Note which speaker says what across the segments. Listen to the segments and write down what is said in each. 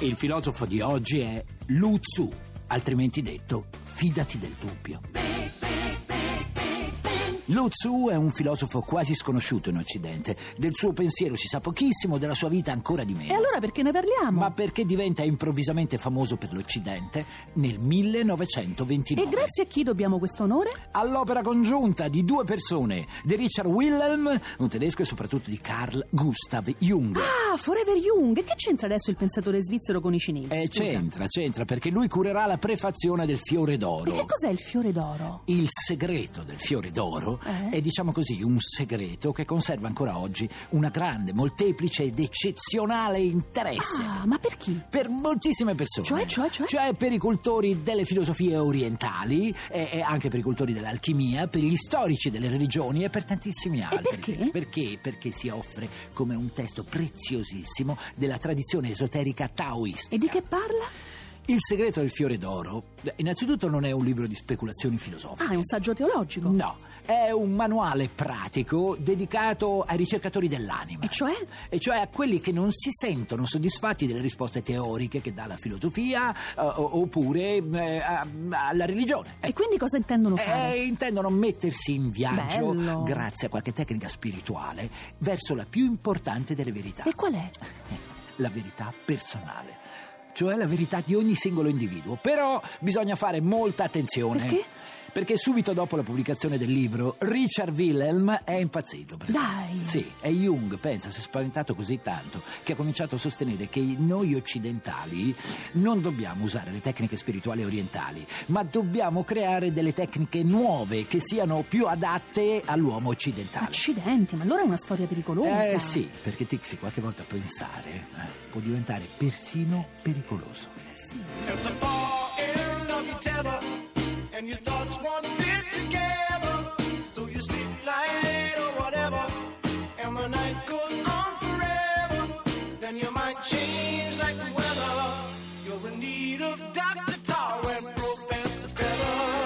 Speaker 1: Il filosofo di oggi è Lu Tzu, altrimenti detto fidati del dubbio. Lo Tzu è un filosofo quasi sconosciuto in Occidente. Del suo pensiero si sa pochissimo, della sua vita ancora di meno.
Speaker 2: E allora perché ne parliamo?
Speaker 1: Ma perché diventa improvvisamente famoso per l'Occidente nel 1929?
Speaker 2: E grazie a chi dobbiamo questo onore?
Speaker 1: All'opera congiunta di due persone, di Richard Wilhelm, un tedesco, e soprattutto di Carl Gustav Jung.
Speaker 2: Ah, Forever Jung! E che c'entra adesso il pensatore svizzero con i cinesi?
Speaker 1: Eh,
Speaker 2: Scusa.
Speaker 1: c'entra, c'entra, perché lui curerà la prefazione del Fiore
Speaker 2: E
Speaker 1: d'Oro.
Speaker 2: che cos'è il fiore d'oro?
Speaker 1: Il segreto del fiore d'oro
Speaker 2: Eh?
Speaker 1: è, diciamo così, un segreto che conserva ancora oggi una grande, molteplice ed eccezionale interesse.
Speaker 2: Ah, ma per chi?
Speaker 1: Per moltissime persone.
Speaker 2: Cioè, cioè, cioè?
Speaker 1: per i cultori delle filosofie orientali, e, e anche per i cultori dell'alchimia, per gli storici delle religioni e per tantissimi altri.
Speaker 2: perché?
Speaker 1: Perché? Perché si offre come un testo preziosissimo della tradizione esoterica taoista.
Speaker 2: E di che parla?
Speaker 1: Il segreto del fiore d'oro, beh, innanzitutto, non è un libro di speculazioni filosofiche.
Speaker 2: Ah, è un saggio teologico.
Speaker 1: No, è un manuale pratico dedicato ai ricercatori dell'anima.
Speaker 2: E cioè?
Speaker 1: E cioè a quelli che non si sentono soddisfatti delle risposte teoriche che dà la filosofia eh, o- oppure eh, a- alla religione.
Speaker 2: E quindi cosa
Speaker 1: Eh,
Speaker 2: intendono fare?
Speaker 1: E intendono mettersi in viaggio,
Speaker 2: Bello.
Speaker 1: grazie a qualche tecnica spirituale, verso la più importante delle verità,
Speaker 2: E qual è?
Speaker 1: la verità personale, cioè la verità di ogni singolo individuo. Però bisogna fare molta attenzione.
Speaker 2: Perché?
Speaker 1: Perché subito dopo la pubblicazione del libro, Richard Wilhelm è impazzito. per
Speaker 2: Dai.
Speaker 1: esempio. Sì, e Jung, pensa, si è spaventato così tanto che ha cominciato a sostenere che noi occidentali non dobbiamo usare le tecniche spirituali orientali, ma dobbiamo creare delle tecniche nuove che siano più adatte all'uomo occidentale.
Speaker 2: Accidenti, ma allora è una storia pericolosa.
Speaker 1: Eh sì, perché Tixi qualche volta pensare eh, può diventare persino pericoloso.
Speaker 3: At the far end of your tether, and your thoughts won't fit together. So you sleep light or whatever, and the night goes on forever. Then your mind change like the weather. You're in need of Dr. Tar and broke as a feather.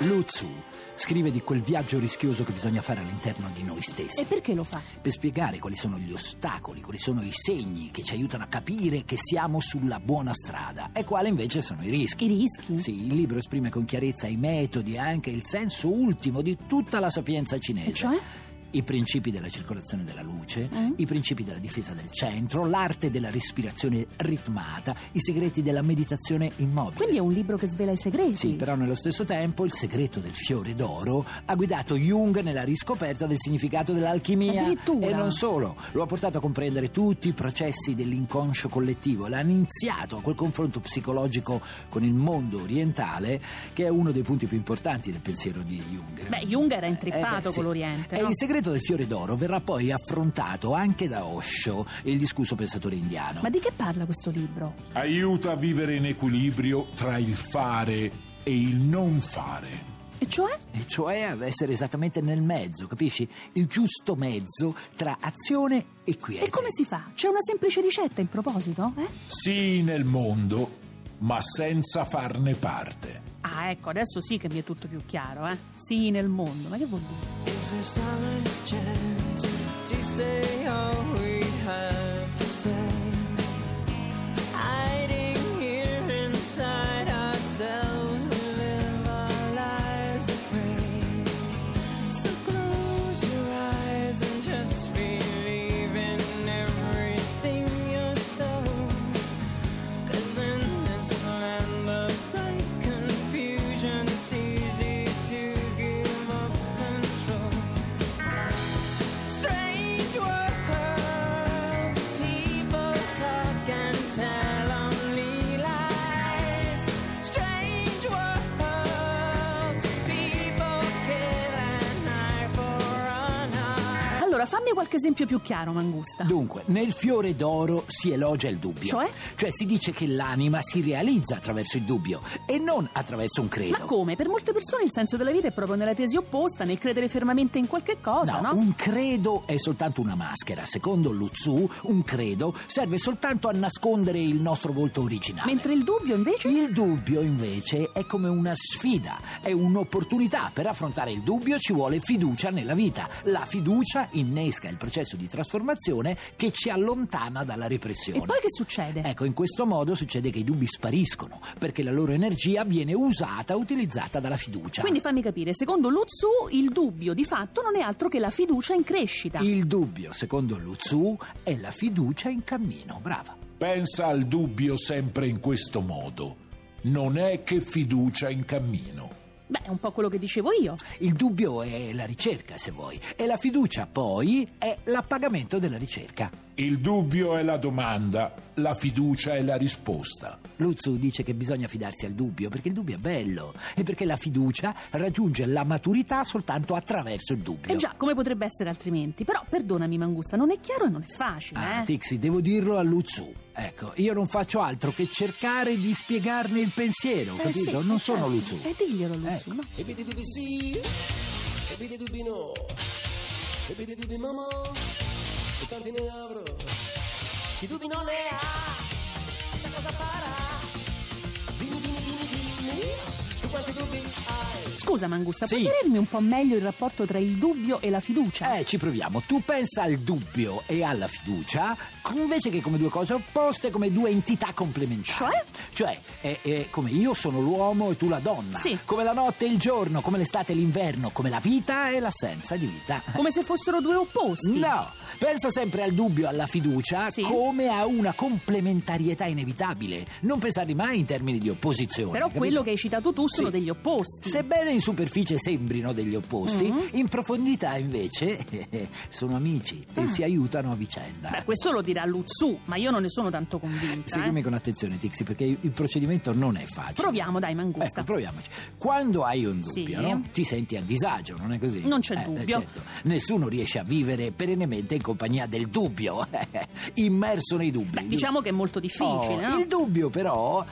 Speaker 1: Lu Tzu scrive di quel viaggio rischioso che bisogna fare all'interno di noi stessi.
Speaker 2: E perché lo fa?
Speaker 1: per spiegare quali sono gli ostacoli, quali sono i segni che ci aiutano a capire che siamo sulla buona strada e quali invece sono i rischi.
Speaker 2: I rischi?
Speaker 1: Sì, il libro esprime con chiarezza i metodi e anche il senso ultimo di tutta la sapienza cinese.
Speaker 2: E cioè?
Speaker 1: I principi della circolazione della luce,
Speaker 2: Mm.
Speaker 1: i principi della difesa del centro, l'arte della respirazione ritmata, i segreti della meditazione immobile.
Speaker 2: Quindi è un libro che svela i segreti.
Speaker 1: Sì, però nello stesso tempo il segreto del fiore d'oro ha guidato Jung nella riscoperta del significato dell'alchimia.
Speaker 2: Addirittura.
Speaker 1: E non solo, lo ha portato a comprendere tutti i processi dell'inconscio collettivo, l'ha iniziato a quel confronto psicologico con il mondo orientale che è uno dei punti più importanti del pensiero di Jung.
Speaker 2: Beh, Jung era intrippato
Speaker 1: Eh beh, sì.
Speaker 2: con l'Oriente.
Speaker 1: E
Speaker 2: no?
Speaker 1: il segreto del fiore d'oro verrà poi affrontato anche da Osho, il discusso pensatore indiano.
Speaker 2: Ma di che parla questo libro?
Speaker 4: aiuta a vivere in equilibrio tra il fare e il non fare.
Speaker 2: E cioè?
Speaker 1: E cioè ad essere esattamente nel mezzo, capisci? Il giusto mezzo tra azione e quiete.
Speaker 2: E come si fa? C'è una semplice ricetta in proposito? Eh?
Speaker 4: Sì nel mondo, ma senza farne parte.
Speaker 2: Ah, ecco, adesso sì che mi è tutto più chiaro, eh? Sì, nel mondo, ma che vuol dire?
Speaker 5: Is there some last chance to say all we have to say? Hiding here inside ourselves, we live our lives afraid. So close your eyes and just believe in everything you're told. 'Cause in this land of light confused
Speaker 2: Allora, fammi qualche esempio più chiaro, Mangusta.
Speaker 1: Dunque, nel fiore d'oro si elogia il dubbio.
Speaker 2: Cioè?
Speaker 1: Cioè si dice che l'anima si realizza attraverso il dubbio e non attraverso un credo.
Speaker 2: Ma come? Per molte persone il senso della vita è proprio nella tesi opposta, nel credere fermamente in qualche cosa, no?
Speaker 1: un credo è soltanto una maschera. Secondo Lu Tzu, un credo serve soltanto a nascondere il nostro volto originale.
Speaker 2: Mentre il dubbio invece...
Speaker 1: Il dubbio invece è come una sfida, è un'opportunità. Per affrontare il dubbio ci vuole fiducia nella vita. La fiducia innesca il processo di trasformazione che ci allontana dalla
Speaker 2: E
Speaker 1: repressione.
Speaker 2: poi che succede?
Speaker 1: Ecco, in questo modo succede che i dubbi spariscono, perché la loro energia viene usata, utilizzata dalla fiducia.
Speaker 2: Quindi fammi capire, secondo Lu Tzu il dubbio di fatto non è altro che la fiducia in crescita.
Speaker 1: il dubbio, secondo Lu Tzu, è la fiducia in cammino. Brava.
Speaker 4: Pensa al dubbio sempre in questo modo. Non è che fiducia in cammino.
Speaker 2: Beh, è un po' quello che dicevo io.
Speaker 1: Il dubbio è la ricerca, se vuoi, e la fiducia poi è l'appagamento della ricerca.
Speaker 4: Il dubbio è la domanda, la fiducia è la risposta.
Speaker 1: Lu Tzu dice che bisogna fidarsi al dubbio perché il dubbio è bello e perché la fiducia raggiunge la maturità soltanto attraverso il dubbio.
Speaker 2: Eh già, come potrebbe essere altrimenti? Però, perdonami Mangusta, non è chiaro e non è facile,
Speaker 1: Ah,
Speaker 2: eh?
Speaker 1: Tixi, devo dirlo a Lu Tzu. Ecco, io non faccio altro che cercare di spiegarne il pensiero,
Speaker 2: Eh,
Speaker 1: capito?
Speaker 2: sì,
Speaker 1: non sono
Speaker 2: certo.
Speaker 1: Lu Tzu.
Speaker 2: Eh, diglielo Lu Tzu,
Speaker 1: Ecco.
Speaker 2: no?
Speaker 3: Ebbe di dubbi sì, ebbe di dubbi no, ebbe di dubbi mamma, e tanti ne avrò. Chi dubbi non ne ha, chissà cosa farà. Dimmi, dimmi, dimmi, dimmi, tu quanti dubbi hai?
Speaker 2: Scusa Mangusta, puoi
Speaker 1: Sì.
Speaker 2: chiarirmi un po' meglio il rapporto tra il dubbio e la fiducia?
Speaker 1: Eh, ci proviamo. Tu pensa al dubbio e alla fiducia invece che come due cose opposte, come due entità complementari.
Speaker 2: Cioè?
Speaker 1: Cioè, è, è come io sono l'uomo e tu la donna.
Speaker 2: Sì.
Speaker 1: Come la notte e il giorno, come l'estate e l'inverno, come la vita e l'assenza di vita.
Speaker 2: Come se fossero due opposti.
Speaker 1: No, pensa sempre al dubbio, e alla fiducia,
Speaker 2: Sì.
Speaker 1: come a una complementarietà inevitabile. Non pensarli mai in termini di opposizione.
Speaker 2: Però
Speaker 1: capito?
Speaker 2: quello che hai citato tu sono
Speaker 1: Sì.
Speaker 2: degli opposti.
Speaker 1: Sebbene in superficie sembrino degli opposti,
Speaker 2: Mhm.
Speaker 1: in profondità invece sono amici
Speaker 2: Ah.
Speaker 1: e si aiutano a vicenda.
Speaker 2: Beh, questo lo dirà Lu Tzu, ma io non ne sono tanto convinta.
Speaker 1: Seguimi
Speaker 2: eh.
Speaker 1: con attenzione, Tixi, perché il procedimento non è facile.
Speaker 2: Proviamo, dai, Mangusta.
Speaker 1: Ecco, proviamoci. Quando hai un dubbio,
Speaker 2: Sì.
Speaker 1: no? ti senti a disagio, non è così?
Speaker 2: Non c'è
Speaker 1: Eh,
Speaker 2: dubbio.
Speaker 1: eh, certo. Nessuno riesce a vivere perennemente in compagnia del dubbio, eh, immerso nei dubbi.
Speaker 2: Beh, diciamo che è molto difficile,
Speaker 1: Oh,
Speaker 2: no?
Speaker 1: Il dubbio, però,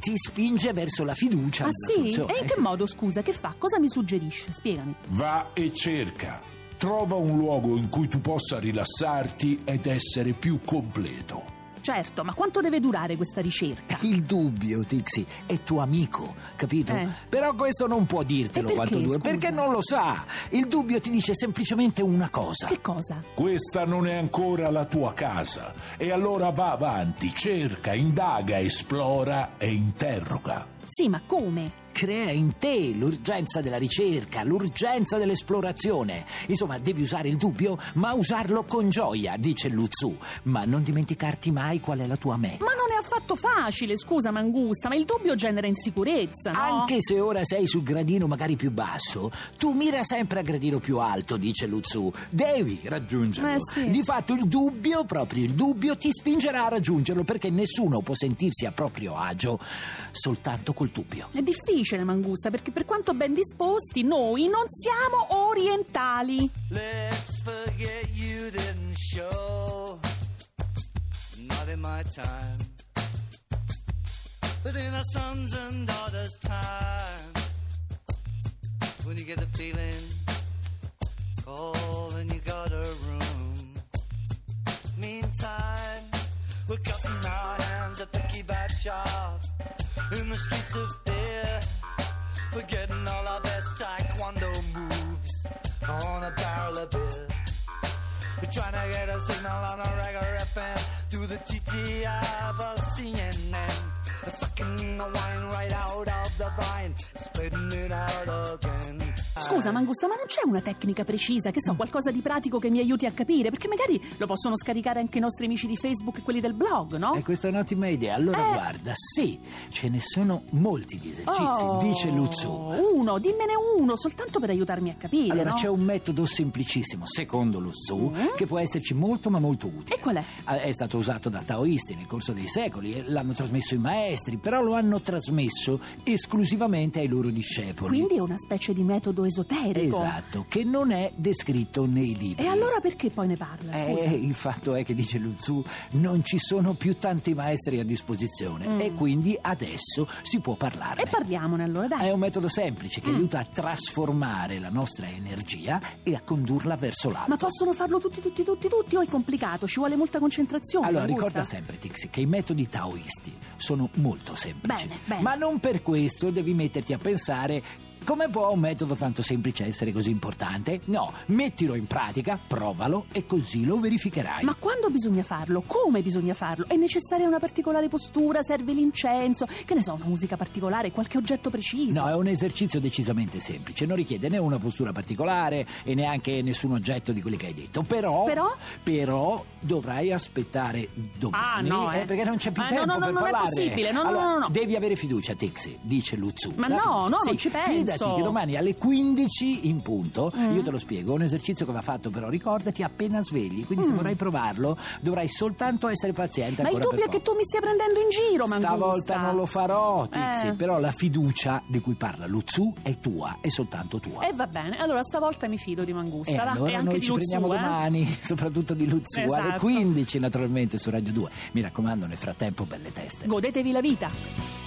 Speaker 1: ti spinge verso la fiducia.
Speaker 2: Ah
Speaker 1: nella
Speaker 2: sì?
Speaker 1: soluzione,
Speaker 2: E in
Speaker 1: eh,
Speaker 2: che
Speaker 1: sì.
Speaker 2: modo, scusa, che fa? Cosa mi suggerisce? Spiegami.
Speaker 4: Va e cerca. Trova un luogo in cui tu possa rilassarti ed essere più completo.
Speaker 2: Certo, ma quanto deve durare questa ricerca?
Speaker 1: Il dubbio, Tixi, è tuo amico, capito?
Speaker 2: Eh.
Speaker 1: Però questo non può dirtelo
Speaker 2: E perché,
Speaker 1: quanto dura,
Speaker 2: scusa?
Speaker 1: perché non lo sa. Il dubbio ti dice semplicemente una cosa.
Speaker 2: Che cosa?
Speaker 4: Questa non è ancora la tua casa e allora va avanti, cerca, indaga, esplora e interroga.
Speaker 2: Sì, ma come?
Speaker 1: Crea in te l'urgenza della ricerca, l'urgenza dell'esplorazione. Insomma, devi usare il dubbio, ma usarlo con gioia, dice Luzzu. Ma non dimenticarti mai qual è la tua meta.
Speaker 2: Ma non è affatto facile, scusa Mangusta, ma il dubbio genera insicurezza, no?
Speaker 1: Anche se ora sei sul gradino magari più basso, tu mira sempre a gradino più alto, dice Luzzu. Devi raggiungerlo.
Speaker 2: Eh, sì.
Speaker 1: Di fatto il dubbio, proprio il dubbio, ti spingerà a raggiungerlo perché nessuno può sentirsi a proprio agio soltanto col dubbio.
Speaker 2: È difficile, Mangusta, perché per quanto ben disposti, noi non siamo orientali.
Speaker 6: Let's forget you didn't show. Not in my time, but in our sons and daughters' time. When you get the feeling, call and you got a room. Meantime, we're cutting our hands at the kebab shop in the streets of fear. We're getting all our best taekwondo moves on a barrel of beer. We're trying to get a signal on a regular FM through the TTI but CNN. They're sucking the wine right out of the vine, spitting it out again.
Speaker 2: Scusa, Mangusta, ma non c'è una tecnica precisa, che so, qualcosa di pratico che mi aiuti a capire? Perché magari lo possono scaricare anche i nostri amici di Facebook e quelli del blog, no?
Speaker 1: E questa è un'ottima idea. Allora,
Speaker 2: Eh.
Speaker 1: guarda, sì, ce ne sono molti di esercizi,
Speaker 2: Oh,
Speaker 1: dice Luzzu.
Speaker 2: Uno, dimmene uno, soltanto per aiutarmi a capire.
Speaker 1: Allora,
Speaker 2: no?
Speaker 1: c'è un metodo semplicissimo, secondo Luzzu,
Speaker 2: Mm.
Speaker 1: che può esserci molto ma molto utile.
Speaker 2: E qual è?
Speaker 1: Ah, È stato usato da taoisti nel corso dei secoli, eh, l'hanno trasmesso i maestri, però lo hanno trasmesso esclusivamente ai loro discepoli.
Speaker 2: Quindi è una specie di metodo esoterico.
Speaker 1: Esatto, che non è descritto nei libri.
Speaker 2: E allora perché poi ne parla? Scusa.
Speaker 1: Eh, il fatto è che dice Lu Zhu non ci sono più tanti maestri a disposizione e quindi adesso si può parlare.
Speaker 2: Mm. E parliamone allora,
Speaker 1: È
Speaker 2: dai. Mm.
Speaker 1: un metodo semplice che aiuta a trasformare la nostra energia e a condurla verso l'alto.
Speaker 2: Ma possono farlo tutti, tutti, tutti, tutti o è complicato? Ci vuole molta concentrazione.
Speaker 1: Allora,
Speaker 2: Augusta?
Speaker 1: ricorda sempre, Tixi, che i metodi taoisti sono molto semplici.
Speaker 2: Bene, bene.
Speaker 1: Ma non per questo devi metterti a pensare come può un metodo tanto semplice essere così importante? No, mettilo in pratica, provalo e così lo verificherai.
Speaker 2: Ma quando bisogna farlo? Come bisogna farlo? È necessaria una particolare postura? Serve l'incenso? Che ne so, una musica particolare? Qualche oggetto preciso?
Speaker 1: No, è un esercizio decisamente semplice, non richiede né una postura particolare e neanche nessun oggetto di quelli che hai detto. Però,
Speaker 2: Però?
Speaker 1: però dovrai aspettare domani
Speaker 2: Ah, no, eh.
Speaker 1: perché non c'è più
Speaker 2: Ah, no,
Speaker 1: tempo
Speaker 2: no, no,
Speaker 1: per
Speaker 2: non è
Speaker 1: parlare.
Speaker 2: possibile, no, no,
Speaker 1: Allora,
Speaker 2: no, no.
Speaker 1: Devi avere fiducia, Tixi, dice Luzzu.
Speaker 2: Ma
Speaker 1: La
Speaker 2: no,
Speaker 1: fiducia.
Speaker 2: no, non
Speaker 1: Sì,
Speaker 2: ci penso. Mm.
Speaker 1: Fidati che domani alle 15 in punto, io te lo spiego, è un esercizio che va fatto, però ricordati appena svegli, quindi se vorrai provarlo dovrai soltanto essere paziente
Speaker 2: Mm. Ma il
Speaker 1: ancora
Speaker 2: dubbio è
Speaker 1: per
Speaker 2: che
Speaker 1: poco.
Speaker 2: tu mi stia prendendo in giro, Mangusta.
Speaker 1: Stavolta non lo farò, Tixi,
Speaker 2: Eh.
Speaker 1: però la fiducia di cui parla Luzzu è tua, è soltanto tua.
Speaker 2: E Eh, va bene, allora stavolta mi fido di Mangusta.
Speaker 1: E
Speaker 2: va, e
Speaker 1: Eh, allora
Speaker 2: anche
Speaker 1: noi
Speaker 2: di
Speaker 1: ci prendiamo
Speaker 2: Luzzu, eh.
Speaker 1: domani, soprattutto di Luzzu, alle
Speaker 2: Esatto.
Speaker 1: 15 naturalmente su Radio 2. Mi raccomando, nel frattempo belle teste.
Speaker 2: eh. Godetevi la vita.
Speaker 5: oh,